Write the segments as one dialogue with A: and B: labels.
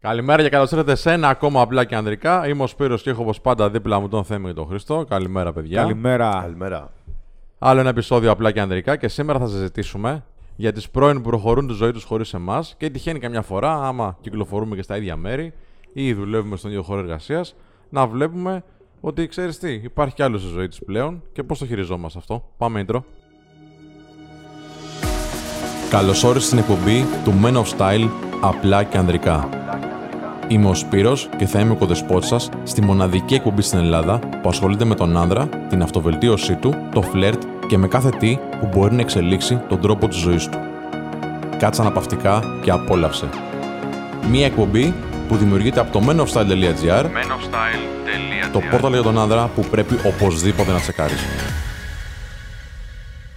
A: Καλημέρα και καλώς ήρθατε σε ένα ακόμα απλά και ανδρικά. Είμαι ο Σπύρος και έχω όπως πάντα δίπλα μου τον Θέμη και τον Χριστό. Καλημέρα, παιδιά.
B: Καλημέρα.
C: Καλημέρα.
A: Άλλο ένα επεισόδιο απλά και ανδρικά και σήμερα θα συζητήσουμε για τις πρώην που προχωρούν τη ζωή τους χωρίς εμάς και τυχαίνει καμιά φορά, άμα κυκλοφορούμε και στα ίδια μέρη ή δουλεύουμε στον ίδιο χώρο εργασίας, να βλέπουμε ότι ξέρεις τι, υπάρχει κι άλλο στη ζωή της πλέον και πώς το χειριζόμαστε αυτό. Πάμε intro. Καλώ όρισε στην εκπομπή του Men of Style απλά και ανδρικά. Είμαι ο Σπύρος και θα είμαι ο κοδεσπότης σας στη μοναδική εκπομπή στην Ελλάδα που ασχολείται με τον άνδρα, την αυτοβελτίωσή του, το φλερτ και με κάθε τι που μπορεί να εξελίξει τον τρόπο της ζωής του. Κάτσε αναπαυτικά και απόλαυσε. Μία εκπομπή που δημιουργείται από το menofstyle.gr, το πόρταλ για τον άνδρα που πρέπει οπωσδήποτε να τσεκάρεις.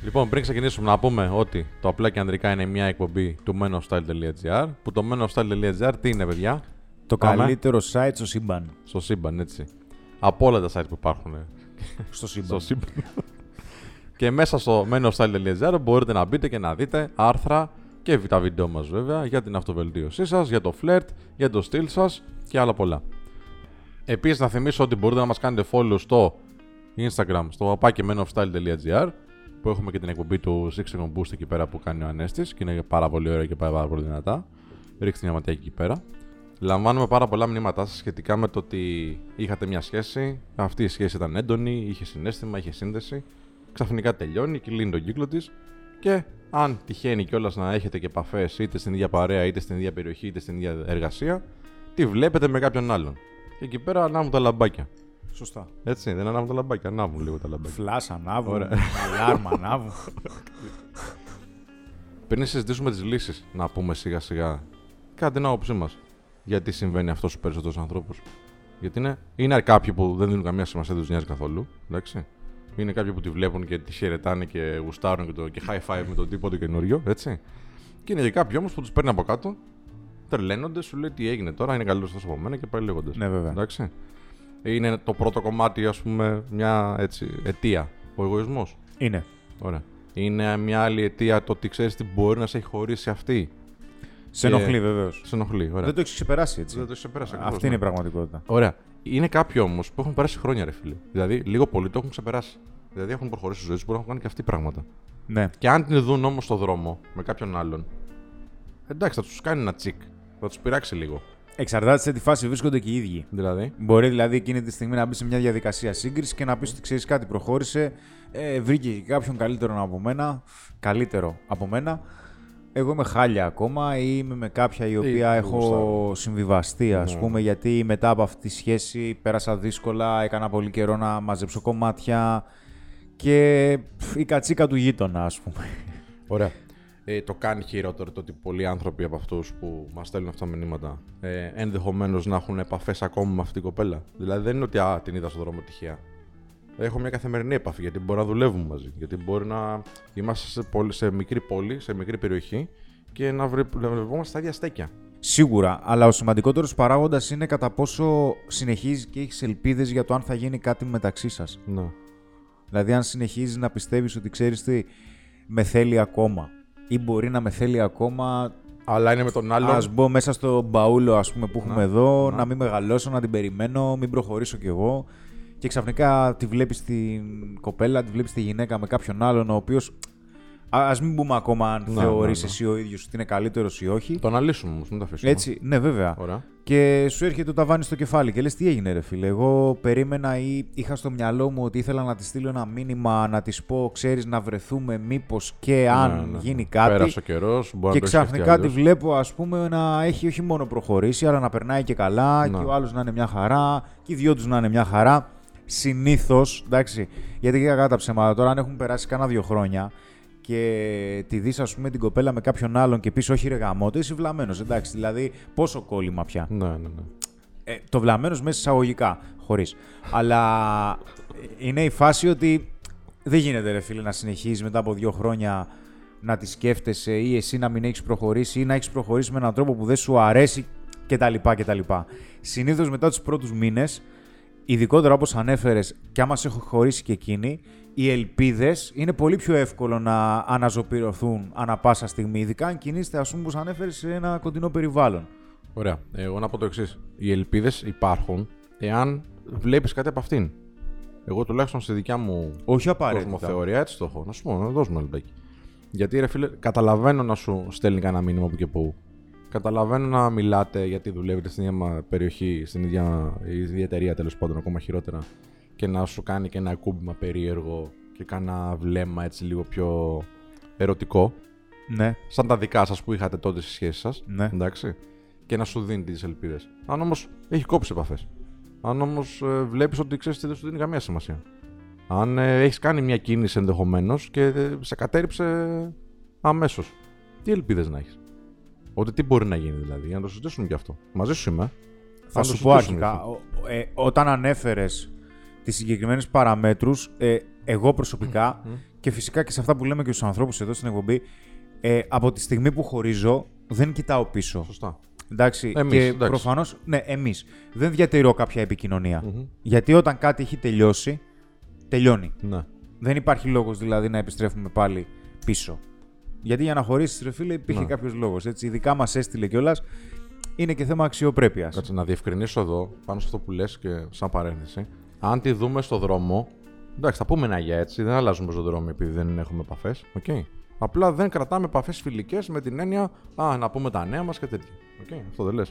A: Λοιπόν, πριν ξεκινήσουμε να πούμε ότι το απλά και ανδρικά είναι μια εκπομπή του menofstyle.gr που το menofstyle.gr τι είναι παιδιά,
B: Το
A: Πάμε.
B: καλύτερο site στο σύμπαν.
A: στο σύμπαν έτσι. Από όλα τα site που υπάρχουν ε. στο
B: Στο σύμπαν.
A: σύμπαν. και μέσα στο menofstyle.gr μπορείτε να μπείτε και να δείτε άρθρα και τα βίντεο μας βέβαια για την αυτοβελτίωσή σας, για το φλερτ, για το στυλ σας και άλλα πολλά. Επίσης να θυμίσω ότι μπορείτε να μας κάνετε follow στο Instagram, στο παπάκι menofstyle.gr που έχουμε και την εκπομπή του Six Second Boost εκεί πέρα που κάνει ο Ανέστης και είναι πάρα πολύ ωραία και πάει πάρα πολύ δυνατά. Ρίξτε μια ματιά εκεί πέρα. Λαμβάνουμε πάρα πολλά μηνύματά σας σχετικά με το ότι είχατε μια σχέση, αυτή η σχέση ήταν έντονη, είχε συνέστημα, είχε σύνδεση, ξαφνικά τελειώνει, κλείνει τον κύκλο της και αν τυχαίνει κιόλας να έχετε και επαφές είτε στην ίδια παρέα, είτε στην ίδια περιοχή, είτε στην ίδια εργασία, τη βλέπετε με κάποιον άλλον. Και εκεί πέρα ανάβουν τα λαμπάκια.
B: Σωστά.
A: Έτσι, δεν ανάβουν τα λαμπάκια, ανάβουν λίγο τα λαμπάκια.
B: Φλάς ανάβουν,
A: Ωραία.
B: αλάρμα ανάβουν.
A: Πριν συζητήσουμε τις λύσεις, να πούμε σιγά σιγά κάτι την άποψή μας. Γιατί συμβαίνει αυτό στους περισσότερους ανθρώπους. Γιατί είναι, είναι κάποιοι που δεν δίνουν καμία σημασία, δεν τους νοιάζει καθόλου. Εντάξει. Είναι κάποιοι που τη βλέπουν και τη χαιρετάνε και γουστάρουν και, το, και high five με τον τύπο το καινούριο. Έτσι. Και είναι και κάποιοι όμως που τους παίρνει από κάτω, τρελαίνονται, σου λέει τι έγινε τώρα, είναι καλύτερος τόσο από μένα και πάει λέγοντας.
B: Ναι, βέβαια.
A: Εντάξει. Είναι το πρώτο κομμάτι, ας πούμε, μια έτσι, αιτία. Ο εγωισμός.
B: Είναι.
A: Ωραία. Είναι μια άλλη αιτία το ότι ξέρεις τι μπορεί να σε έχει χωρίσει αυτή.
B: Σε
A: Και-
B: ενοχλεί βεβαίως.
A: Σε ενοχλεί. Ωραία.
B: Δεν το έχεις ξεπεράσει έτσι.
A: Δεν το ξεπέρασε ακριβώς,
B: Αυτή είναι η
A: ναι.
B: πραγματικότητα.
A: Ωραία. Είναι κάποιοι όμως που έχουν περάσει χρόνια, ρε φίλε. Δηλαδή, λίγο πολύ το έχουν ξεπεράσει. Δηλαδή, έχουν προχωρήσει στη ζωή τους, μπορεί να έχουν κάνει και αυτοί πράγματα.
B: Ναι.
A: Και αν την δουν όμως στον δρόμο με κάποιον άλλον, εντάξει, θα τους κάνει ένα τσικ. Θα τους πειράξει λίγο.
B: Εξαρτάται σε τι φάση βρίσκονται και οι ίδιοι.
A: Δηλαδή.
B: Μπορεί δηλαδή εκείνη τη στιγμή να μπει σε μια διαδικασία σύγκριση και να πεις ότι ξέρεις κάτι, προχώρησε. Ε, βρήκε και κάποιον καλύτερο από μένα. Καλύτερο από μένα. Εγώ είμαι χάλια ακόμα ή είμαι με κάποια η οποία
A: δεν
B: έχω
A: γουστάρω.
B: συμβιβαστεί, ας
A: Ναι.
B: πούμε, γιατί μετά από αυτή τη σχέση πέρασα δύσκολα. Έκανα πολύ καιρό να μαζέψω κομμάτια και πφ, η κατσίκα του γείτονα, ας πούμε.
A: Ωραία. Ε, το κάνει χειρότερο το ότι πολλοί άνθρωποι από αυτούς που μας στέλνουν αυτά τα μηνύματα ε, ενδεχομένως να έχουν επαφές ακόμα με αυτή την κοπέλα. Δηλαδή δεν είναι ότι α, την είδα στον δρόμο τυχαία. Έχω μια καθημερινή επαφή γιατί μπορεί να δουλεύουμε μαζί. Γιατί μπορεί να είμαστε σε, πόλη, σε μικρή πόλη, σε μικρή περιοχή και να, βρε, να βρευόμαστε στα ίδια στέκια.
B: Σίγουρα, αλλά ο σημαντικότερος παράγοντας είναι κατά πόσο συνεχίζεις και έχεις ελπίδες για το αν θα γίνει κάτι μεταξύ σας.
A: Ναι.
B: Δηλαδή, αν συνεχίζεις να πιστεύεις ότι ξέρεις τι, με θέλει ακόμα ή μπορεί να με θέλει ακόμα.
A: Αλλά είναι με τον άλλον.
B: Ας μπω μέσα στο μπαούλο ας πούμε, που έχουμε εδώ, να. μην μεγαλώσω, να την περιμένω, μην προχωρήσω κι εγώ. Και ξαφνικά τη βλέπεις την κοπέλα, τη βλέπεις τη γυναίκα με κάποιον άλλον, ο οποίος. Α ας μην πούμε ακόμα αν
A: ναι,
B: θεωρείς
A: ναι.
B: εσύ ο ίδιος ότι είναι καλύτερος ή όχι.
A: Το αναλύσουμε όμως, μην το αφήσουμε.
B: Έτσι, ναι, βέβαια.
A: Ωραία.
B: Και σου έρχεται το ταβάνι στο κεφάλι και λες τι έγινε ρε φίλε, εγώ περίμενα ή είχα στο μυαλό μου ότι ήθελα να της στείλω ένα μήνυμα, να της πω ξέρεις να βρεθούμε μήπως και αν
A: Ναι, ναι.
B: γίνει κάτι.
A: Πέρασε ο καιρός. Μπορεί
B: Και
A: να το έχεις σκεφτεί
B: ξαφνικά τη
A: αλλιώς.
B: βλέπω ας πούμε να έχει όχι μόνο προχωρήσει αλλά να περνάει και καλά
A: Ναι.
B: και ο άλλος να είναι μια χαρά και οι δυο τους να είναι μια χαρά. Συνήθως, εντάξει, γιατί και κακά τα ψέματα τώρα αν έχουν περάσει κάνα δύο χρόνια και τη δεις ας πούμε την κοπέλα με κάποιον άλλον και πεις όχι ρε γαμώτο, είσαι βλαμμένος, εντάξει, δηλαδή πόσο κόλλημα πια
A: Ναι, ναι, ναι.
B: ε, το βλαμμένος μέσα εισαγωγικά, χωρίς. Αλλά ε, είναι η φάση ότι δεν γίνεται ρε φίλε να συνεχίζεις μετά από δύο χρόνια να τη σκέφτεσαι ή εσύ να μην έχεις προχωρήσει ή να έχεις προχωρήσει με έναν τρόπο που δεν σου αρέσει κτλ. κτλ. Συνήθως μετά τους πρώτους μήνες, ειδικότερα όπως ανέφερες και άμα σε έχω χωρίσει και εκείνη, οι ελπίδες είναι πολύ πιο εύκολο να αναζωπηρωθούν ανα πάσα στιγμή, ειδικά αν κινείστε ας πούμε όπως ανέφερες σε ένα κοντινό περιβάλλον.
A: Ωραία. Εγώ να πω το εξής. Οι ελπίδες υπάρχουν εάν βλέπεις κάτι από αυτήν. Εγώ τουλάχιστον στη δικιά μου
B: Όχι απαραίτητα.
A: κοσμοθεωρία έτσι το έχω. Να σου πω, να δώσουμε ένα λεπτάκι. Γιατί ρε φίλε, καταλαβαίνω να σου στέλνει κανένα μήνυμα που και που. Καταλαβαίνω να μιλάτε γιατί δουλεύετε στην ίδια μα- περιοχή, στην ίδια, η ίδια εταιρεία τέλος πάντων, ακόμα χειρότερα. Και να σου κάνει και ένα κούμπημα περίεργο και κάνα βλέμμα έτσι λίγο πιο ερωτικό
B: Ναι.
A: σαν τα δικά σας που είχατε τότε στη σχέση σας.
B: Ναι.
A: Εντάξει. Και να σου δίνει τις ελπίδες. Αν όμως έχει κόψει επαφές. Αν όμως ε, βλέπεις ότι ξέρεις δεν σου δίνει καμία σημασία. Αν ε, έχεις κάνει μια κίνηση ενδεχομένως και ε, σε κατέριψε αμέσως. Τι ελπίδες να έχεις. Ότι τι μπορεί να γίνει δηλαδή, για να το συζητήσουμε κι αυτό. Μαζί σου είμαι. ε.
B: Θα
A: Αν το
B: σου πω
A: συζητήσουμε γι'
B: αρχικά,
A: αυτό.
B: ο- ε, όταν ανέφερες τις συγκεκριμένες παραμέτρους, ε, εγώ προσωπικά και φυσικά και σε αυτά που λέμε και στους ανθρώπους εδώ στην εκπομπή, ε, από τη στιγμή που χωρίζω, δεν κοιτάω πίσω.
A: Σωστά.
B: Εντάξει,
A: Εμείς,
B: και
A: εντάξει.
B: προφανώς, ναι, εμείς δεν διατηρώ κάποια επικοινωνία. Γιατί όταν κάτι έχει τελειώσει, τελειώνει.
A: Ναι.
B: Δεν υπάρχει λόγος δηλαδή να επιστρέφουμε πάλι πίσω. Γιατί για να χωρίσεις, ρε φίλε, υπήρχε
A: Ναι.
B: κάποιος λόγος. Ειδικά μας έστειλε κιόλας. Είναι και θέμα αξιοπρέπειας.
A: Κάτσε να διευκρινίσω εδώ, πάνω σε αυτό που λες και σαν παρένθεση. Αν τη δούμε στο δρόμο, εντάξει, θα πούμε ένα για έτσι, δεν αλλάζουμε στον δρόμο επειδή δεν έχουμε επαφές. Okay. Απλά δεν κρατάμε επαφές φιλικές με την έννοια α, να πούμε τα νέα μας και τέτοια. Okay. Αυτό δεν λες.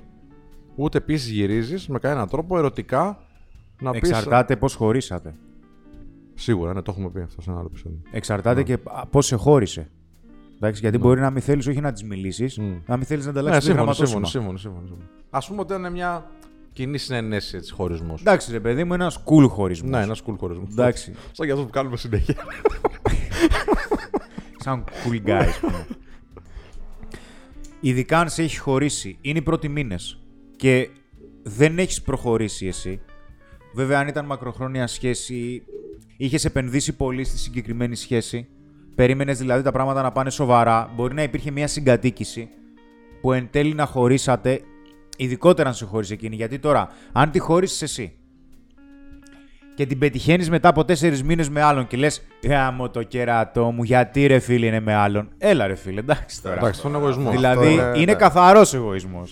A: Ούτε επίσης γυρίζεις με κανέναν τρόπο ερωτικά να πεις.
B: Εξαρτάται πώς χωρίσατε.
A: Σίγουρα, ναι, το έχουμε πει αυτό σε ένα άλλο επεισόδιο.
B: Εξαρτάται
A: Ναι.
B: και πώς σε χώρισε. Εντάξει, γιατί μπορεί να μην θέλεις όχι να τη μιλήσεις,
A: Μμ.
B: να μην θέλεις να
A: Ναι,
B: ανταλλάξεις
A: σύμφωνο,
B: γραμματόσημα.
A: σύμφωνο, σύμφωνο, σύμφωνο. Ας πούμε ότι είναι μια κοινή συνενέση έτσι χωρισμός.
B: Εντάξει, ρε παιδί μου, ένας cool χωρισμός.
A: Ναι, ένας cool χωρισμός.
B: Εντάξει.
A: Σαν για αυτό που κάνουμε συνέχεια.
B: Σαν cool guy, ας πούμε. Ειδικά αν σε έχει χωρίσει, είναι οι πρώτοι μήνες και δεν έχεις προχωρήσει εσύ. Βέβαια, αν ήταν μακροχρόνια σχέση, είχες επενδύσει πολύ στη συγκεκριμένη σχέση. Περίμενες δηλαδή τα πράγματα να πάνε σοβαρά. Μπορεί να υπήρχε μια συγκατοίκηση που εν τέλει να χωρίσατε, ειδικότερα αν σε χωρίσει εκείνη. Γιατί τώρα, αν τη χωρίσει εσύ και την πετυχαίνεις μετά από τέσσερις μήνες με άλλον και λες: Γάμο το κερατό μου, γιατί ρε φίλε είναι με άλλον. Έλα ρε φίλε, εντάξει τώρα.
A: Εντάξει, τον εγωισμός.
B: Δηλαδή
A: Αυτό
B: είναι καθαρός εγωισμός.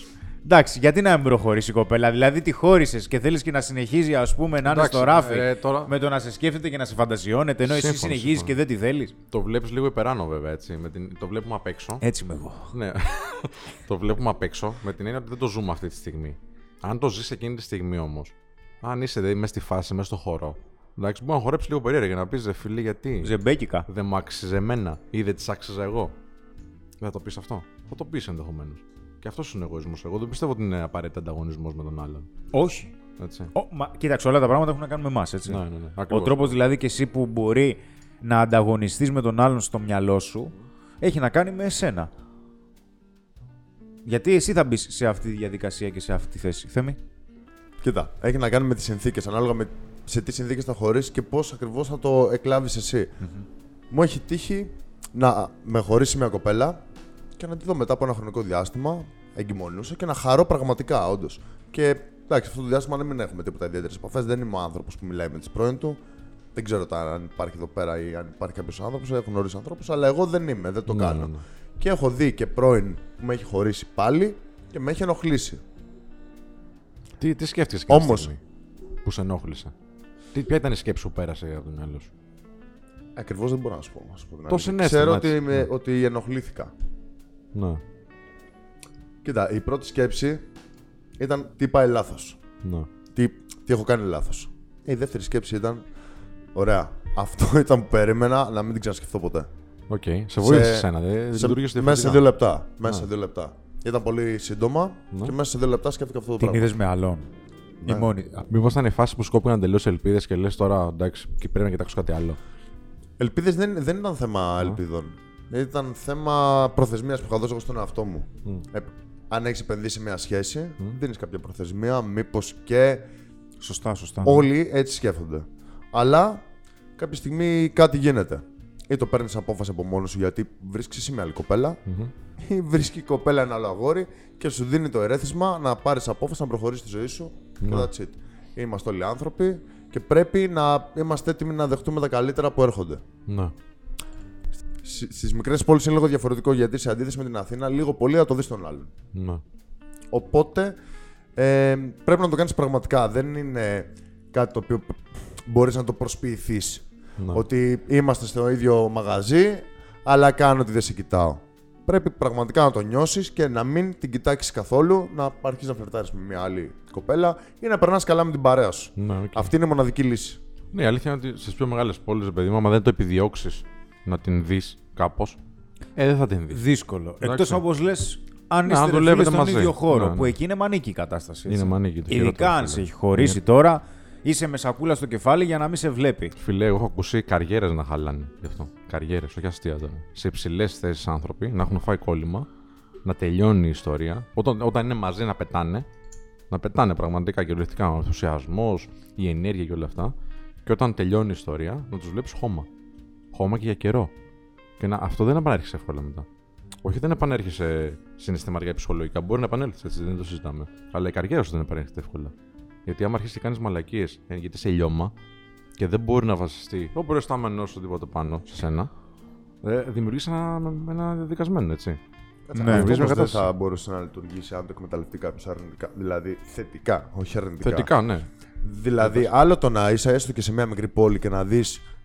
B: Εντάξει, γιατί να μην προχωρήσει η κοπέλα. Δηλαδή τη χώρισες και θέλεις και να συνεχίζει ας πούμε, να είναι
A: Εντάξει, ε,
B: στο ράφι
A: ρε, τώρα-
B: με το να σε σκέφτεται και να σε φαντασιώνεται ενώ εσύ
A: Σύμφωνο,
B: συνεχίζεις
A: σύμφωνο.
B: και δεν τη θέλεις.
A: Το βλέπεις λίγο υπεράνω βέβαια έτσι. Με την... Το βλέπουμε απ' έξω.
B: Έτσι είμαι εγώ.
A: Ναι. το βλέπουμε απ' έξω με την έννοια ότι δεν το ζούμε αυτή τη στιγμή. Αν το ζεις εκείνη τη στιγμή όμως, αν είσαι δηλαδή μέσα στη φάση, μέσα στο χώρο, εντάξει, μπορεί να χορέψεις λίγο περίεργα και να πεις ρε φίλε, γιατί
B: Ζεμπέκικα.
A: δεν μου άξιζε εμένα ή δεν της άξιζα εγώ. Δεν θα το πεις αυτό. Θα το πεις ενδεχομένως. Και αυτός είναι ο εγωισμός. Εγώ δεν πιστεύω ότι είναι απαραίτητα ανταγωνισμός με τον άλλον.
B: Όχι.
A: Έτσι.
B: Ο, μα, κοίταξε, όλα τα πράγματα έχουν να κάνουν με εμάς, έτσι.
A: Ναι, ναι, ναι.
B: Ο
A: Ακριβώς.
B: τρόπος δηλαδή και εσύ που μπορεί να ανταγωνιστείς με τον άλλον στο μυαλό σου έχει να κάνει με εσένα. Γιατί εσύ θα μπεις σε αυτή τη διαδικασία και σε αυτή τη θέση, Θέμη.
C: Κοίτα, έχει να κάνει με τις συνθήκες. Ανάλογα με σε τι συνθήκες θα χωρίσεις και πώς ακριβώς θα το εκλάβεις
A: Mm-hmm.
C: Μου έχει τύχει να με χωρίσει μια κοπέλα και να τη δω μετά από ένα χρονικό διάστημα. Εγκυμονούσα και να χαρώ πραγματικά, όντως. Και εντάξει, αυτό το διάστημα δεν μην έχουμε τίποτα ιδιαίτερες επαφές. Δεν είμαι ο άνθρωπος που μιλάει με τις πρώην του. Δεν ξέρω τώρα αν υπάρχει εδώ πέρα ή αν υπάρχει κάποιος άνθρωπος. Έχω γνωρίσει ανθρώπους, αλλά εγώ δεν είμαι, δεν το
A: Ναι,
C: κάνω.
A: ναι, ναι.
C: Και έχω δει και πρώην που με έχει χωρίσει πάλι και με έχει ενοχλήσει.
A: Τι, τι σκέφτεσαι
C: Όμως.
A: Όμως... που σε ενόχλησε. Τι, ποια ήταν η σκέψη που πέρασε από το μυαλό σου.
C: Ακριβώς δεν μπορώ να σου πω. Να σου πω
A: Το
C: την αλήθεια.
A: συνέστημα,
C: Ξέρω
A: έτσι.
C: ότι, με, ότι ενοχλήθηκα.
A: Ναι,
C: Κοίτα, η πρώτη σκέψη ήταν τι πάει λάθος.
A: ναι.
C: Τι, τι έχω κάνει λάθος. Η δεύτερη σκέψη ήταν. Ωραία. Αυτό ήταν που περίμενα να μην την ξανασκεφτώ ποτέ.
A: Οκ, σε βοήθησε εσένα, δε,
C: σε-
A: λειτουργήσε
C: Μέσα
A: διαφορετικά.
C: σε δύο λεπτά. Μέσα σε δύο λεπτά. Ήταν πολύ σύντομα
A: Ναι.
C: και μέσα σε δύο λεπτά σκέφτηκα αυτό το
B: Την
C: πράγμα.
B: είδες με άλλον. Η μόνη.
A: Μήπως ήταν η φάση που σκόπηκαν τελείως ελπίδες και λες τώρα εντάξει, και πρέπει να κοιτάξω κάτι άλλο.
C: Ελπίδες δεν, δεν ήταν θέμα ελπίδων. Ήταν θέμα προθεσμίας που είχα δώσει εγώ στον εαυτό μου. Ε, αν έχεις επενδύσει σε μια σχέση, δίνεις κάποια προθεσμία, μήπως και
B: Σωστά, σωστά.
C: Όλοι έτσι σκέφτονται. Αλλά κάποια στιγμή κάτι γίνεται. Ή το παίρνεις απόφαση από μόνος σου γιατί βρίσκεις εσύ μια άλλη κοπέλα, ή βρίσκει η κοπέλα ένα άλλο αγόρι και σου δίνει το ερέθισμα να πάρεις απόφαση να προχωρήσεις τη ζωή σου. Και that's it. Είμαστε όλοι άνθρωποι και πρέπει να είμαστε έτοιμοι να δεχτούμε τα καλύτερα που έρχονται.
A: Ναι.
C: Στις μικρές πόλεις είναι λίγο διαφορετικό γιατί σε αντίθεση με την Αθήνα, λίγο πολύ θα το δεις τον άλλον.
A: ναι.
C: Οπότε ε, πρέπει να το κάνεις πραγματικά. Δεν είναι κάτι το οποίο μπορείς να το προσποιηθείς.
A: Ναι.
C: Ότι είμαστε στο ίδιο μαγαζί, αλλά κάνω ότι δεν σε κοιτάω. Πρέπει πραγματικά να το νιώσεις και να μην την κοιτάξεις καθόλου, να αρχίσεις να φλερτάρεις με μια άλλη κοπέλα ή να περνάς καλά με την παρέα σου.
A: Ναι, οκ.
C: Αυτή είναι η μοναδική λύση.
A: Ναι, η αλήθεια είναι ότι στι πιο μεγάλες πόλεις, παιδί μου, άμα δεν το επιδιώξεις να την δεις κάπως, ε, δεν θα την δεις.
B: Δύσκολο.
A: Εντάξει.
B: Εκτός όπως λες, αν
A: αν
B: είστε ρε
A: δουλεύετε
B: φίλοι στον
A: μαζί.
B: ίδιο χώρο,
A: Ναι, ναι.
B: που εκεί είναι μανίκη η κατάσταση. έτσι.
A: Είναι μανίκη, το χειρότερο, Ναι.
B: Ειδικά αν
A: φίλε.
B: σε έχει χωρίσει τώρα, είσαι με σακούλα στο κεφάλι για να μην σε βλέπει.
A: Φιλέ, εγώ έχω ακούσει καριέρες να χαλάνε γι' αυτό. Καριέρες, όχι αστεία τώρα. Σε υψηλές θέσεις άνθρωποι να έχουν φάει κόλλημα, να τελειώνει η ιστορία. Όταν, όταν είναι μαζί να πετάνε, να πετάνε πραγματικά κυριολεκτικά. Ο ενθουσιασμός, η ενέργεια και όλα αυτά. Και όταν τελειώνει η ιστορία, να τους βλέπεις χώμα. Χώμα και για καιρό. Και να, αυτό δεν επανέρχεσαι εύκολα μετά. Όχι, δεν επανέρχεσαι συναισθηματικά ψυχολογικά. Μπορεί να επανέλθεις έτσι, δεν το συζητάμε. Αλλά η καριέρα σου δεν επανέρχεται εύκολα. Γιατί άμα αρχίσεις και κάνεις μαλακίες, ε, γιατί είσαι λιώμα, και δεν μπορεί να βασιστεί ο προϊστάμενο σου τίποτα πάνω σε σένα, ε, δημιουργείς ένα, ένα δικασμένο, έτσι.
C: Κάτσε,
B: Ναι.
C: αυτό
A: Βρίσκω
C: όμως δεν
A: κατάσταση.
C: θα μπορούσε να λειτουργήσει αν το εκμεταλλευτεί κάποιο αρνητικά. Δηλαδή θετικά, όχι αρνητικά.
A: Θετικά, ναι.
C: Δηλαδή, άλλο το να είσαι έστω και σε μια μικρή πόλη και να δεις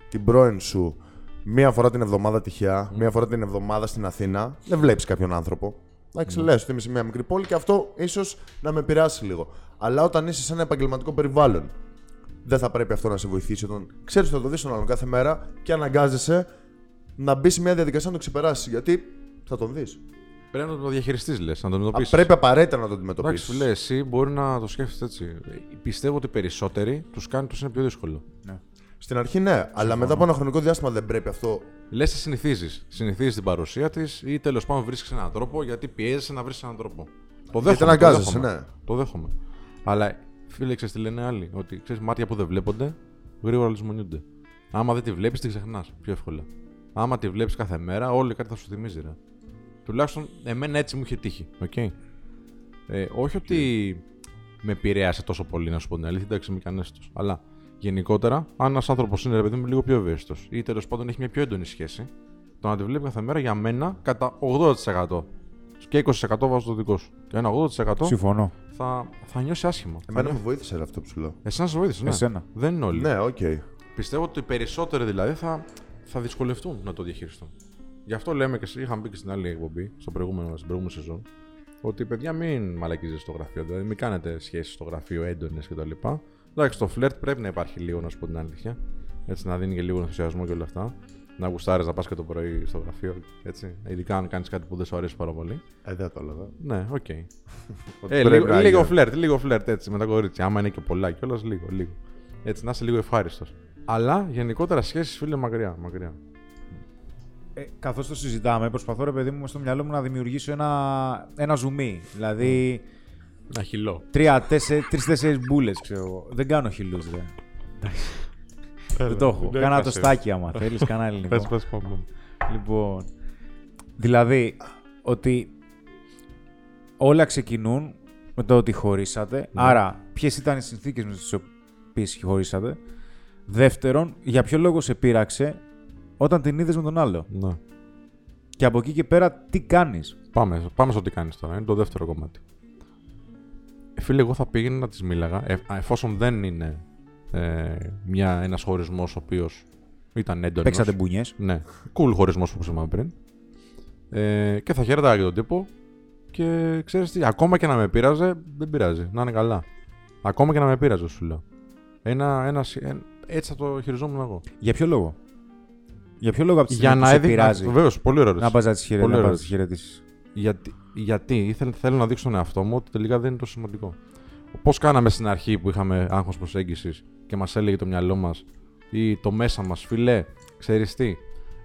C: την πρώην σου μία φορά την εβδομάδα τυχαία, μία φορά την εβδομάδα στην Αθήνα, δεν βλέπεις κάποιον άνθρωπο. Εντάξει, λε ότι είμαι σε μια μικρή πόλη και αυτό ίσως να με επηρεάσει λίγο. Αλλά όταν είσαι σε ένα επαγγελματικό περιβάλλον, δεν θα πρέπει αυτό να σε βοηθήσει. Όταν ξέρεις ότι θα το δεις τον άλλον κάθε μέρα και αναγκάζεσαι να μπεις σε μια διαδικασία να το ξεπεράσεις. Γιατί θα τον δεις.
A: Πρέπει να το διαχειριστείς, λες, να το αντιμετωπίσεις.
C: Πρέπει απαραίτητα να το
A: Εντάξει, σου
C: αντιμετωπίσει.
A: λέει, εσύ μπορεί να το σκέφτεσαι έτσι. Ε, Πιστεύω ότι οι περισσότεροι τους κάνει του είναι πιο δύσκολο.
C: Στην αρχή ναι, αλλά μετά από ένα χρονικό διάστημα δεν πρέπει αυτό.
A: Λες, τη συνηθίζεις. Συνηθίζεις την παρουσία της ή τέλος πάντων βρίσκεις έναν τρόπο γιατί πιέζεσαι να βρεις έναν τρόπο. Το δέχομαι.
C: αναγκάζεσαι,
A: το δέχομαι,
C: ναι.
A: Το δέχομαι. Αλλά φίλε, ξέρεις τι λένε άλλοι. Ότι ξέρεις μάτια που δεν βλέπονται, γρήγορα λησμονιούνται. Άμα δεν τη βλέπεις, τη ξεχνάς πιο εύκολα. Άμα τη βλέπεις κάθε μέρα, όλη κάτι θα σου θυμίζει, ρε. Τουλάχιστον εμένα έτσι μου είχε τύχει. Okay? Ε, όχι ότι με επηρέασε τόσο πολύ, να σου πω την αλήθεια, εντάξει, είμαι ικανέ του. Αλλά γενικότερα, αν ένας άνθρωπος είναι ρε παιδί μου λίγο πιο ευαίσθητος ή τέλος πάντων έχει μια πιο έντονη σχέση, το να τη βλέπει κάθε μέρα για μένα κατά 80%. Και 20% βάζω το δικό σου. Και ένα 80%
B: Συμφωνώ.
A: θα, θα νιώσει άσχημα.
C: Εμένα με βοήθησε ρε, αυτό που σου λέω.
A: Εσένα σε βοήθησε, ναι.
B: Εσένα.
A: Δεν είναι όλοι.
C: Ναι, οκ.
A: Πιστεύω ότι οι περισσότεροι δηλαδή θα, θα δυσκολευτούν να το διαχειριστούν. Γι' αυτό λέμε και σε- είχαμε πει και στην άλλη εκπομπή, στο προηγούμενο, στην προηγούμενη σεζόν, ότι παιδιά μην μαλακίζετε στο γραφείο. Δηλαδή μην κάνετε σχέσεις στο γραφείο έντονες κτλ. Εντάξει, το φλερτ πρέπει να υπάρχει λίγο, να σου πω την αλήθεια. Έτσι, να δίνει και λίγο ενθουσιασμό και όλα αυτά. Να γουστάρεις να πας και το πρωί στο γραφείο. Έτσι. Ειδικά αν κάνεις κάτι που δεν σου αρέσει πάρα πολύ.
C: Ε, δεν το έλεγα.
A: Ναι, οκ.
C: Ότι
A: Ε,
C: πρέπει
A: λίγο,
C: να
A: λίγο
C: γίνει.
A: φλερτ, λίγο φλερτ έτσι με τα κορίτσια. Άμα είναι και πολλά κιόλας, λίγο, λίγο. Έτσι, να είσαι λίγο ευχάριστος. Αλλά γενικότερα σχέσεις, φίλε, μακριά. μακριά.
B: Ε, Καθώς το συζητάμε, προσπαθώ ρε παιδί μου στο μυαλό μου να δημιουργήσω ένα, ένα ζουμί. Δηλαδή,
A: Ναι. Να χυλώ.
B: τρει-τέσσερι μπουλε, ξέρω εγώ. Δεν κάνω χιλού, ρε. Δεν το έχω. Κάνα το στάκι άμα θέλεις, κανένα
A: Πε,
B: ελληνικό.
A: πε, πάμε.
B: Λοιπόν. Δηλαδή, ότι όλα ξεκινούν με το ότι χωρίσατε.
A: Ναι.
B: Άρα, ποιες ήταν οι συνθήκες με τις οποίες χωρίσατε. Δεύτερον, για ποιο λόγο σε πείραξε όταν την είδες με τον άλλο.
A: Ναι.
B: Και από εκεί και πέρα, τι κάνεις.
A: Πάμε, πάμε στο τι κάνεις τώρα. Είναι το δεύτερο κομμάτι. Ε, Φίλε, εγώ θα πήγαινα να της μίλαγα, ε, α, εφόσον δεν είναι ε, μια, ένας χωρισμός ο οποίος ήταν έντονος.
B: Παίξατε μπουνιές.
A: Ναι. Cool χωρισμός που είπαμε πριν. Ε, και θα χαιρετάγα και τον τύπο. Και ξέρεις τι, ακόμα και να με πείραζε, δεν πειράζει. Να είναι καλά. Ακόμα και να με πείραζε, σου λέω. Ένα, ένα, ε, έτσι θα το χειριζόμουν εγώ.
B: Για ποιο λόγο. Για ποιο λόγο από τη
A: Για
B: στιγμή
A: να
B: που σε
A: έδει.
B: πειράζει.
A: Βεβαίως, πολύ ωραία.
B: Να
A: ερώτηση.
B: πας να τις
A: Πολύ ωραία.
B: χαιρετήσεις.
A: Γιατί, γιατί ήθελα, θέλω να δείξω τον εαυτό μου ότι τελικά δεν είναι τόσο σημαντικό. Πώς κάναμε στην αρχή που είχαμε άγχος προσέγγισης και μας έλεγε το μυαλό μας ή το μέσα μας, φιλέ, ξέρεις τι,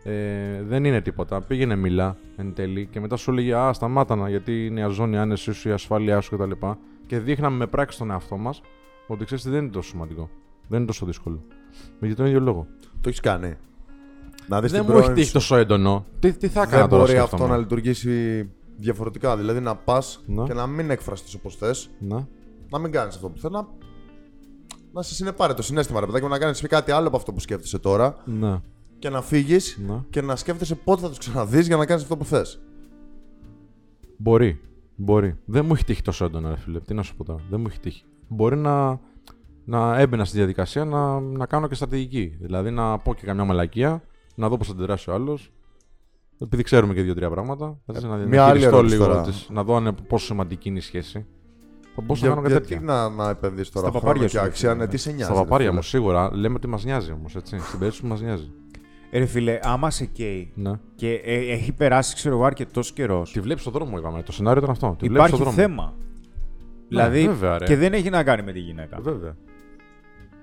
A: ε, δεν είναι τίποτα. Πήγαινε μιλά εν τέλει και μετά σου έλεγε Α, σταμάτα να, γιατί είναι η ζώνη άνεση σου, η ασφάλειά σου κτλ. Και, και δείχναμε με πράξη τον εαυτό μας ότι ξέρεις τι, δεν είναι τόσο σημαντικό. Δεν είναι τόσο δύσκολο. Για τον ίδιο λόγο.
C: Το έχεις κάνει. Να δεις
A: Δεν
C: την
A: μου έχει
C: πρώην
A: τύχει
C: σου.
A: τόσο έντονο. Τι, τι θα έκανα
C: Δεν
A: τώρα.
C: μπορεί αυτό
A: σκέφτομαι.
C: να λειτουργήσει διαφορετικά. Δηλαδή να πας
A: Ναι.
C: και να μην εκφραστείς όπως θες,
A: Να.
C: να μην κάνεις αυτό που θες, να... να σε συνεπάρει το συνέστημα ρε παιδάκι μου, να κάνεις κάτι άλλο από αυτό που σκέφτεσαι τώρα
A: Ναι.
C: και να φύγεις
A: Ναι.
C: και να σκέφτεσαι πότε θα του ξαναδείς για να κάνεις αυτό που θες.
A: Μπορεί. Μπορεί. Δεν μου έχει τύχει τόσο έντονα, ρε φίλε. Τι να σου πω τώρα. Δεν μου έχει τύχει. Μπορεί να, να έμπαινα στη διαδικασία να, να κάνω και στρατηγική. Δηλαδή να πω και καμιά μαλακία, να δω πώς θα αντιδράσει ο άλλος. Επειδή ξέρουμε και δύο-τρία πράγματα. θα ήθελα να
C: Ε, μια άλλη
A: διαχειριστώ
C: ερώτηση τώρα.
A: τις- να δω αν είναι- πόσο σημαντική είναι η σχέση. Θα μπορούσα να
C: Για-
A: κάνω κάτι
C: γιατί
A: τέτοιο.
C: να, να επενδύσεις τώρα
B: Στα
C: χρόνο
B: παπάρια
C: και
B: σου, ρε
C: αξία,
B: φίλε.
C: ναι, τι σε νοιάζει.
A: Στα
C: ρε
A: παπάρια
C: φίλε.
A: μου σίγουρα λέμε ότι μας νοιάζει όμως. Στην περίπτωση που μας νοιάζει.
B: Ε, Ρε φίλε, άμα σε καίει
A: Ναι.
B: και ε, έχει περάσει, ξέρω εγώ, αρκετός καιρός.
A: Τη βλέπεις στον δρόμο, είπαμε. Το σενάριο ήταν αυτό. Τη βλέπεις στον
B: Υπάρχει
A: δρόμο.
B: θέμα. δηλαδή,
A: βέβαια, ρε.
B: και δεν έχει να κάνει με τη γυναίκα.
A: Ε, Βέβαια.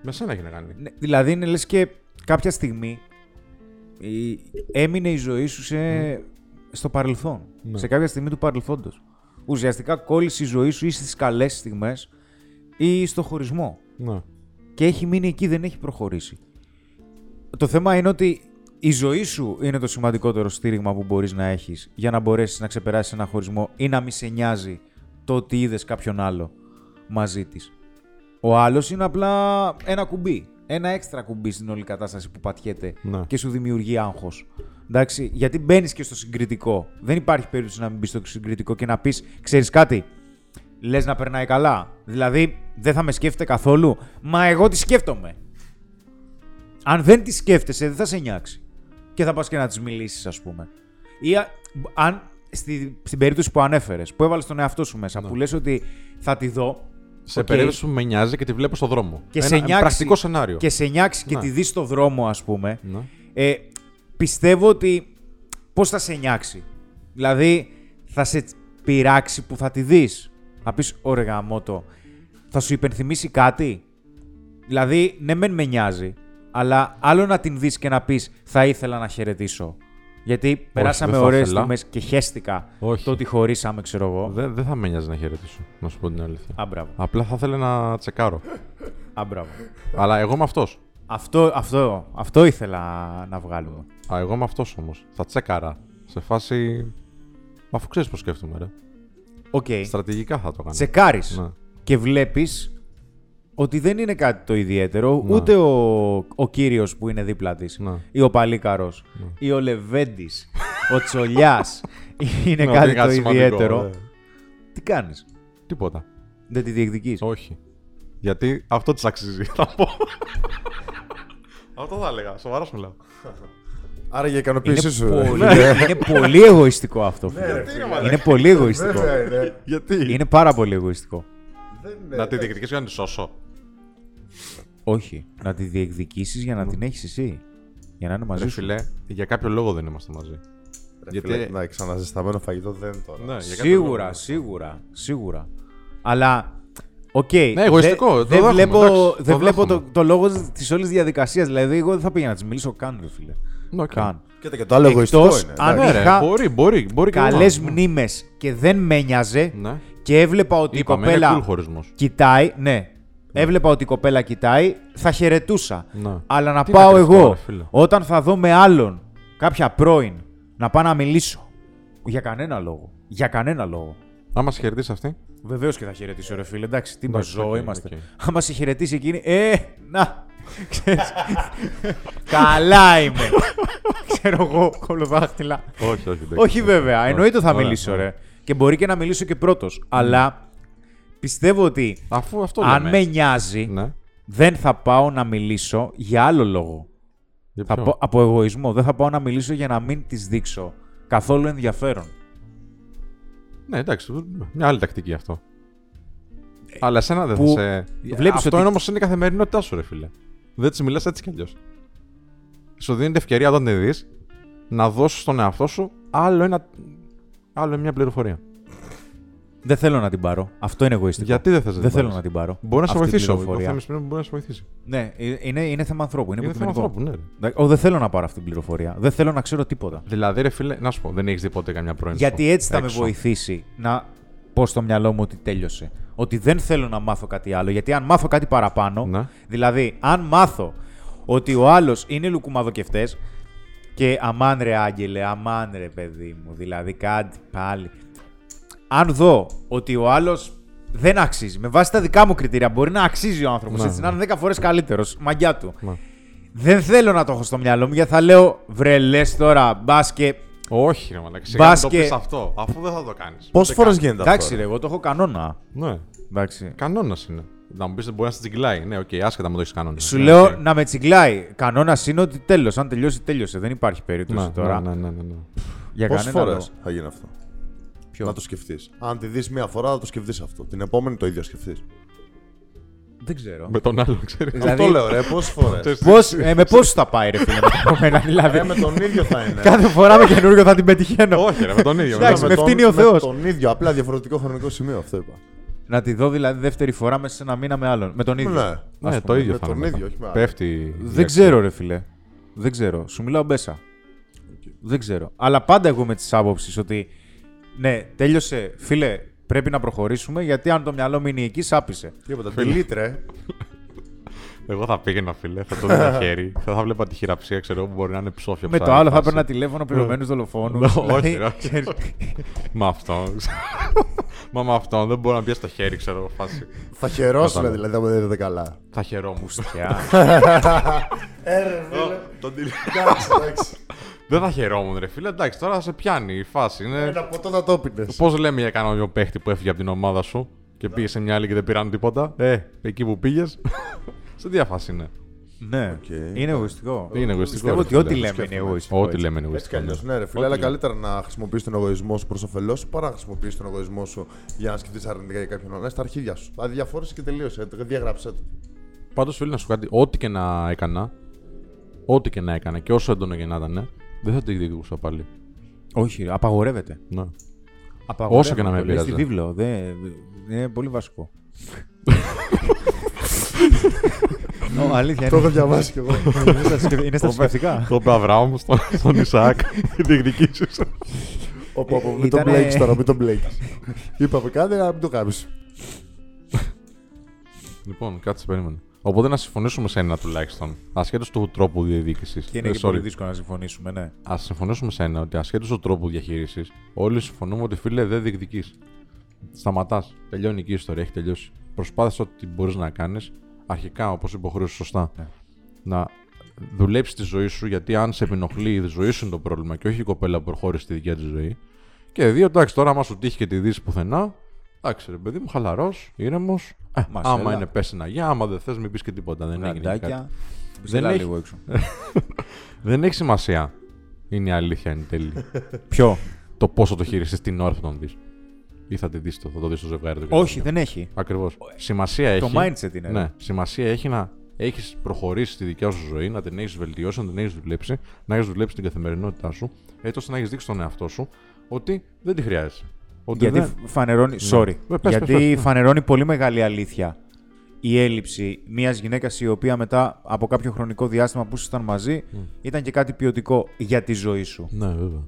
A: Με σένα έχει να κάνει.
B: Ναι, δηλαδή, είναι λες και κάποια στιγμή η- έμεινε η ζωή σου σε... στο παρελθόν.
A: Ναι.
B: Σε κάποια στιγμή του παρελθόντος. Ουσιαστικά κόλλησε η ζωή σου ή στις καλές στιγμές ή στο χωρισμό.
A: Ναι.
B: και έχει μείνει εκεί, δεν έχει προχωρήσει. Το θέμα είναι ότι η ζωή σου είναι το σημαντικότερο στήριγμα που μπορείς να έχεις για να μπορέσεις να ξεπεράσεις ένα χωρισμό ή να μη σε νοιάζει το ότι είδες κάποιον άλλο μαζί της. Ο άλλος είναι απλά ένα κουμπί, ένα έξτρα κουμπί στην όλη κατάσταση που πατιέται
A: Ναι.
B: και σου δημιουργεί άγχος. Εντάξει, γιατί μπαίνεις και στο συγκριτικό. Δεν υπάρχει περίπτωση να μην μπεις στο συγκριτικό και να πεις, ξέρεις κάτι, λες να περνάει καλά. Δηλαδή, δεν θα με σκέφτεται καθόλου. Μα εγώ τη σκέφτομαι. Αν δεν τη σκέφτεσαι, δεν θα σε νοιάξει. Και θα πας και να της μιλήσεις, ας πούμε. Ή α- αν, στη, στην περίπτωση που ανέφερες, που έβαλες τον εαυτό σου μέσα, που λες ότι θα τη δω.
A: Ναι. Σε
B: οκ,
A: περίπτωση που με νοιάζει και τη βλέπω στον δρόμο.
B: και
A: Ένα
B: σε νιάξει,
A: πρακτικό σενάριο.
B: Και σε νιάξει και
A: Ναι.
B: τη δεις στο δρόμο, ας πούμε.
A: Ναι.
B: Ε, πιστεύω ότι πώς θα σε νιάξει. Δηλαδή, θα σε πειράξει που θα τη δεις. Θα πεις, ωραία γαμώτο, θα σου υπενθυμίσει κάτι. Δηλαδή, ναι μεν με νοιάζει, αλλά άλλο να την δεις και να πεις, θα ήθελα να χαιρετήσω. Γιατί περάσαμε
A: δεν θα
B: ωραίες
A: ήθελα.
B: στιγμές και χέστηκα
A: Όχι.
B: το ότι χωρίσαμε, ξέρω εγώ.
A: Δεν δεν θα με νοιάζει να χαιρετήσω, να σου πω την αλήθεια.
B: Α, μπράβο.
A: Απλά θα ήθελα να τσεκάρω.
B: Α, μπράβο.
A: Αλλά εγώ είμαι αυτός.
B: Αυτό, αυτό, αυτό ήθελα να βγάλουμε.
A: Α, εγώ είμαι αυτός όμως. Θα τσεκάρα. Σε φάση. Μα Αφού ξέρεις πώς σκέφτομαι, ρε.
B: Οκ.
A: Στρατηγικά θα το κάνω.
B: Τσεκάρεις.
A: Ναι.
B: και βλέπεις ότι δεν είναι κάτι το ιδιαίτερο,
A: Ναι.
B: ούτε ο, ο κύριος που είναι δίπλα της,
A: Ναι.
B: ή ο Παλίκαρος, ή ο Λεβέντης, ο Τσολιάς, είναι
A: Ναι,
B: κάτι
A: είναι κάτι
B: το
A: σημαντικό,
B: ιδιαίτερο.
A: ναι.
B: Τι κάνεις,
A: Τίποτα.
B: δεν τη διεκδικείς.
A: Όχι. Γιατί αυτό της αξίζει, θα πω. αυτό θα έλεγα. Σοβαρά σου λέω.
C: Άρα για ικανοποίησή
B: Είναι
C: σου.
B: πολύ,
A: Ναι.
B: είναι πολύ εγωιστικό αυτό. φίλε.
C: ρε, φίλε.
B: είναι πολύ εγωιστικό.
C: Βέβαια είναι.
A: Γιατί.
B: είναι πάρα πολύ εγωιστικό.
C: Δεν είναι.
A: Να τη διεκδικήσω για να τη σώσω.
B: Όχι, να τη διεκδικήσεις για να την έχεις εσύ. Για να είναι μαζί
A: Ναι. Ρε
B: σου.
A: φιλέ, για κάποιο λόγο δεν είμαστε μαζί.
C: Ρε,
A: γιατί-
C: φίλε, Να ξαναζεσταμένο φαγητό δεν είναι τώρα.
A: Ναι, για κάποιο
B: Σίγουρα,
A: λόγο.
B: σίγουρα, σίγουρα. Αλλά. Οκ.
A: Ναι, εγωιστικό,
B: Δεν
A: το δέχομαι,
B: βλέπω,
A: εντάξει, το
B: δεν βλέπω το,
A: δέχομαι.
B: το λόγο της όλη διαδικασίας. Δηλαδή, εγώ δεν θα πήγαινα να της μιλήσω καν, ρε φίλε.
A: Ναι, οκ.
B: Καν.
C: Κοίτα και το άλλο εγωιστικό
B: Εκτός
C: είναι.
B: αν-
C: εντάξει.
A: Ναι, ρε,
B: Είχα
A: μπορεί, μπορεί, μπορεί και εγώ να-
B: Καλές
A: Ναι.
B: μνήμες και δεν με νοιάζε.
A: Ναι.
B: Και έβλεπα ότι
A: Είπαμε,
B: η κοπέλα
A: είναι cool χωρισμός.
B: κοιτάει. Ναι. Έβλεπα ότι η κοπέλα κοιτάει, θα χαιρετούσα.
A: Ναι.
B: Αλλά να
A: Τι
B: πάω
A: να κρυφτώ,
B: εγώ,
A: ρε φίλε.
B: όταν θα δω με άλλον κάποια πρώην, να πάω να μιλήσω. Για κανένα λόγο. Για κανένα λόγο.
A: Άμα σε χαιρετήσει αυτή.
B: Βεβαίως και θα χαιρετήσω, ρε φίλε. Εντάξει, τι μα
A: Εντάξει,
B: ζώο
A: οκ,
B: είμαστε.
A: οκ.
B: Άμα σε χαιρετήσει εκείνη, ε, να. Ξέρεις. Καλά είμαι. Ξέρω εγώ, κολοδάχτυλα.
A: Όχι, όχι. εντάξει.
B: Όχι βέβαια, εννοείται θα
A: Ωραία,
B: μιλήσω,
A: ωραία.
B: ρε. Και μπορεί και να μιλήσω και πρώτος. Αλλά πιστεύω ότι
A: Αφού αυτό
B: αν
A: λέμε.
B: με νοιάζει,
A: Ναι.
B: δεν θα πάω να μιλήσω για άλλο λόγο.
A: Για
B: Θα
A: ποιο?
B: πω- από εγωισμό. Δεν θα πάω να μιλήσω για να μην τη δείξω καθόλου ενδιαφέρον.
A: Ναι, εντάξει, μια άλλη τακτική αυτό. Αλλά εσένα δεν
B: που
A: θα σε.
B: βλέπεις
A: αυτό
B: ότι-
A: είναι όμως είναι η καθημερινότητά σου, ρε φίλε. Δεν της μιλάς έτσι κι αλλιώς. Σου δίνεται ευκαιρία όταν τη δεις να δώσεις στον εαυτό σου άλλο ένα. Άλλο μια πληροφορία.
B: Δεν θέλω να την πάρω. Αυτό είναι εγωιστικό.
A: Γιατί δεν θες να
B: Δεν
A: την
B: θέλω
A: πάρεις?
B: να την πάρω.
A: Μπορεί να σε
B: αυτή την
A: βοηθήσει όμως. Το
B: πληροφορία.
A: θέμα πριν μπορεί να σε βοηθήσει.
B: Ναι, ε, είναι, είναι θέμα ανθρώπου. Είναι,
A: Είναι θέμα ανθρώπου,
B: υποκειμενικό.
A: ναι. ρε.
B: Εντάξει, Ω, δεν θέλω να πάρω αυτή την πληροφορία. Δεν θέλω να ξέρω τίποτα.
A: Δηλαδή, ρε φίλε, να σου πω, δεν έχεις δει ποτέ καμιά πρώην.
B: Γιατί
A: σου
B: έτσι θα με
A: έξω.
B: βοηθήσει να πω στο μυαλό μου ότι τέλειωσε. Ότι δεν θέλω να μάθω κάτι άλλο. Γιατί αν μάθω κάτι παραπάνω,
A: Ναι.
B: δηλαδή αν μάθω ότι ο άλλος είναι λουκουμαδοκευτές και αμάν ρε Άγγελε, αμάν ρε παιδί μου, δηλαδή κάτι πάλι. Αν δω ότι ο άλλος δεν αξίζει, με βάση τα δικά μου κριτήρια, μπορεί να αξίζει ο άνθρωπος
A: Ναι,
B: έτσι, να
A: ναι.
B: είναι 10 φορές καλύτερος, μαγιά του.
A: Ναι.
B: Δεν θέλω να το έχω στο μυαλό μου γιατί θα λέω βρε λες τώρα μπας και
A: Όχι, ρε Μαλάκα. Σιγά
B: Μπας
A: μην το
B: και-
A: πεις αυτό. Αφού δεν θα το κάνεις.
C: Πόσες φορέ γίνεται
B: Εντάξει,
C: αυτό.
B: ρε, εγώ το έχω κανόνα.
A: Ναι.
B: Εντάξει.
A: Κανόνας είναι. Να μου πεις δεν μπορεί να σε τσιγκλάει. Ναι, οκ, άσχετα με το έχεις κανόνα.
B: Σου
A: Ναι,
B: λέω
A: οκ.
B: να με τσιγκλάει. Κανόνας είναι ότι τέλος. Αν τελειώσει, τέλειωσε. Δεν υπάρχει περίπτωση
A: Ναι,
B: τώρα.
A: Ναι, ναι, ναι. ναι.
B: Για
C: Πόσες
B: κανένα
C: φορές
B: λόγο.
C: θα γίνει αυτό.
B: Ποιο?
C: Να το σκεφτείς. Αν τη δεις μία φορά, θα το σκεφτείς αυτό. Την επόμενη το ίδιο σκεφτείς.
B: Δεν ξέρω.
A: Με τον άλλο, ξέρεις.
B: Δηλαδή-
C: Αυτό λέω, ρε, πόσες φορές.
B: Πώς, ε, με πόσους θα πάει, ρε φίλε, με το κομμένα, δηλαδή.
C: Ρε, με τον ίδιο θα είναι.
B: Κάθε φορά με καινούριο θα την πετυχαίνω.
A: Όχι, ρε, με τον ίδιο.
B: Εντάξει,
A: με
B: με
A: τον-
B: φτύνει ο
C: με
B: Θεός.
C: Τον ίδιο, απλά διαφορετικό χρονικό σημείο, αυτό είπα.
B: Να τη δω δηλαδή δεύτερη φορά μέσα σε ένα μήνα με άλλον. Με τον ίδιο.
C: Ναι.
A: Ναι, το ίδιο
C: με
A: θα
C: τον
A: είναι.
C: ίδιο,
A: μετά.
C: όχι με άλλο.
A: Πέφτει.
B: Δεν ξέρω, ρε φίλε. Δεν ξέρω. Σου μιλάω μπέσα. Δεν ξέρω. Αλλά πάντα εγώ με τι άποψει ότι ναι, τέλειωσε. Φίλε, πρέπει να προχωρήσουμε γιατί αν το μυαλό μείνει εκεί, σάπισε.
C: Τίποτα. Τελίτρε.
A: Εγώ θα πήγαινα, φίλε, θα το δίνω χέρι. Θα, θα βλέπα τη χειραψία, ξέρω που μπορεί να είναι ψόφια.
B: Με το
A: ψάρι,
B: άλλο θα
A: φάση.
B: παίρνα τηλέφωνο πληρωμένου δολοφόνου.
A: Ναι,
B: Δηλαδή,
A: όχι, ρε, όχι.
B: ξέρεις,
A: Με αυτόν. Μα με αυτόν δεν μπορώ να πιάσω το χέρι, ξέρω. Φάση.
C: Θα χαιρόσουν δηλαδή, άμα δεν είδατε καλά.
A: Θα χαιρόμουν.
B: πουστιά.
A: Τον τηλε-
C: Εντάξει, εντάξει.
A: Δεν θα χαιρόμουν, ρε φίλε. Εντάξει, τώρα σε πιάνει η φάση. Είναι...
C: Ένα ποτό θα το πίνε.
A: Πώς λέμε για κανένα παίχτη που έφυγε από την ομάδα σου και πήγε σε μια άλλη και δεν πήραν τίποτα. Ε, εκεί που πήγες. σε τι φάση είναι.
B: Ναι,
C: Οκ.
B: είναι εγωιστικό.
A: Είναι εγωιστικό,
B: Πιστεύω
A: ρε
B: ότι
A: φίλε.
B: ό,τι λέμε είναι
C: σκέφτομαι.
B: εγωιστικό.
A: Ό,τι
B: έτσι.
A: λέμε είναι
C: Έτσι κι
A: εγωιστικό. ναι.
C: αλλιώς, ναι, ρε φίλε, αλλά
A: Ό,τι λέμε.
C: καλύτερα να χρησιμοποιήσει τον εγωισμό σου προς όφελός σου παρά να χρησιμοποιήσει τον εγωισμό σου για να σκεφτείς αρνητικά για κάποιον άλλον. Ναι, στα αρχίδια σου. Αδιαφόρησε και τελείωσε. ε, Διαγράψε το.
A: Πάντως, φίλε, να σου πω κάτι. Ό,τι και να έκανα, ό,τι και να έκανα και όσο έντονο και να ήταν, ε, δεν θα το διεκδικούσα πάλι.
B: Όχι, ρε, απαγορεύεται.
A: Ναι.
B: Απαγορεύεται.
A: Όσο και να με
B: το λέει Στη
A: πειράζει.
B: βίβλο. δεν- δεν- Είναι πολύ βασικό. Ω, Αλήθεια.
C: Το
B: είναι.
C: έχω διαβάσει κι εγώ.
B: Είναι στα σκεφ- Είναι στα σκεφτικά.
A: Το είπε Αβραάμ στον, στον Ισαάκ. Διεκδικήσεις.
C: Όπου από μην τον
B: Ήτανε-
C: μπλέκεις τώρα, μην τον μπλέκεις. ε, Είπαμε κάτι, αλλά μην το κάνεις.
A: λοιπόν, κάτσε, περίμενε. Οπότε να συμφωνήσουμε σε ένα τουλάχιστον. Ασχέτως του τρόπου Ε, διεκδίκηση.
B: Και είναι και πολύ δύσκολο να συμφωνήσουμε, ναι.
A: Ας συμφωνήσουμε σε ένα ότι ασχέτως του τρόπου διαχείρισης, όλοι συμφωνούμε ότι φίλε δεν διεκδική. Σταματάς. Τελειώνει εκεί η ιστορία, έχει τελειώσει. Προσπάθησε ό,τι μπορείς να κάνεις. Αρχικά, όπως είπε ο Χρήστος σωστά,
B: Ναι.
A: να δουλέψεις τη ζωή σου, γιατί αν σε επινοχλεί, η ζωή σου είναι το πρόβλημα και όχι η κοπέλα που προχώρησε τη δικιά της ζωή. Και δύο, εντάξει, τώρα άμα σου τύχει και τη δεις πουθενά, εντάξει, ρε παιδί μου, χαλαρός, ήρεμος. Ε,
B: Μας
A: άμα
B: έλα.
A: είναι πέσαινα γεια, άμα δεν θες, μην πεις και τίποτα. Δεν έγινε και κάτι.
B: Γαντάκια. Ζελά
A: έχει-
B: λίγο έξω.
A: Δεν έχει σημασία. Είναι η αλήθεια εν τέλει.
B: Ποιο.
A: το πόσο το χειριστείς την ώρα θα τον δεις. Ή θα τη δεις το, θα το δεις στο ζευγάρι του.
B: Όχι, δεν έχει.
A: Ακριβώς. Σημασία
B: Το
A: έχει.
B: mindset είναι.
A: Ναι, σημασία έχει να έχεις προχωρήσει τη δικιά σου ζωή, να την έχεις βελτιώσει, να την έχεις δουλέψει, να έχεις δουλέψει την καθημερινότητά σου, έτσι ώστε να έχεις δείξει τον εαυτό σου ότι δεν τη χρειάζεσαι. Ότι
B: Γιατί Ναι.
A: δεν...
B: φανερώνει. Sorry.
A: Ε, πες,
B: Γιατί
A: πες, πες, ναι.
B: φανερώνει πολύ μεγάλη αλήθεια η έλλειψη μιας γυναίκας η οποία μετά από κάποιο χρονικό διάστημα που ήσασταν μαζί ήταν και κάτι ποιοτικό για τη ζωή σου.
A: Ναι, βέβαια.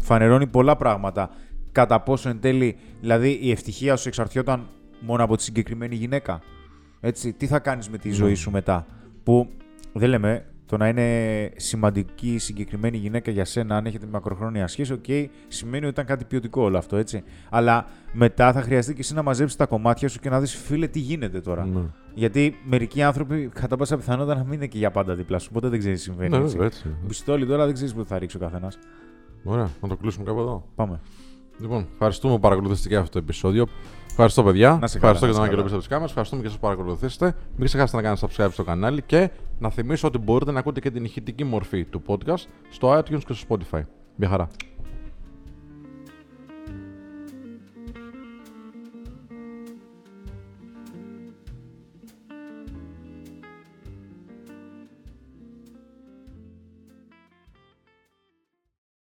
B: Φανερώνει πολλά πράγματα. Κατά πόσο εν τέλει, δηλαδή η ευτυχία σου εξαρτιόταν μόνο από τη συγκεκριμένη γυναίκα. Έτσι, τι θα κάνεις με
A: Ναι.
B: τη ζωή σου μετά. Που δεν λέμε το να είναι σημαντική η συγκεκριμένη γυναίκα για σένα, αν έχετε μακροχρόνια σχέση, οκ, σημαίνει ότι ήταν κάτι ποιοτικό όλο αυτό, έτσι. Αλλά μετά θα χρειαστεί και εσύ να μαζέψεις τα κομμάτια σου και να δεις, φίλε, τι γίνεται τώρα.
A: Ναι.
B: Γιατί μερικοί άνθρωποι, κατά πάσα πιθανότητα, να μην είναι και για πάντα δίπλα σου. Οπότε δεν ξέρεις τι συμβαίνει.
A: Ναι,
B: έτσι.
A: βέβαια, έτσι.
B: Πιστόλι τώρα δεν ξέρεις που θα ρίξει ο καθένας.
A: Ωραία, να το κλείσουμε κάπου εδώ.
B: Πάμε.
A: Λοιπόν, ευχαριστούμε που παρακολουθήσατε και αυτό το επεισόδιο. Ευχαριστώ, παιδιά.
B: Να σε καλά,
A: ευχαριστώ
B: να
A: και
B: σε
A: τον Άγγελο
B: καλά.
A: πίσω από τι κάμερε. Ευχαριστούμε και σα που παρακολουθήσατε. Μην ξεχάσετε να κάνετε subscribe στο κανάλι και να θυμίσω ότι μπορείτε να ακούτε και την ηχητική μορφή του podcast στο iTunes και στο Spotify. Μια χαρά.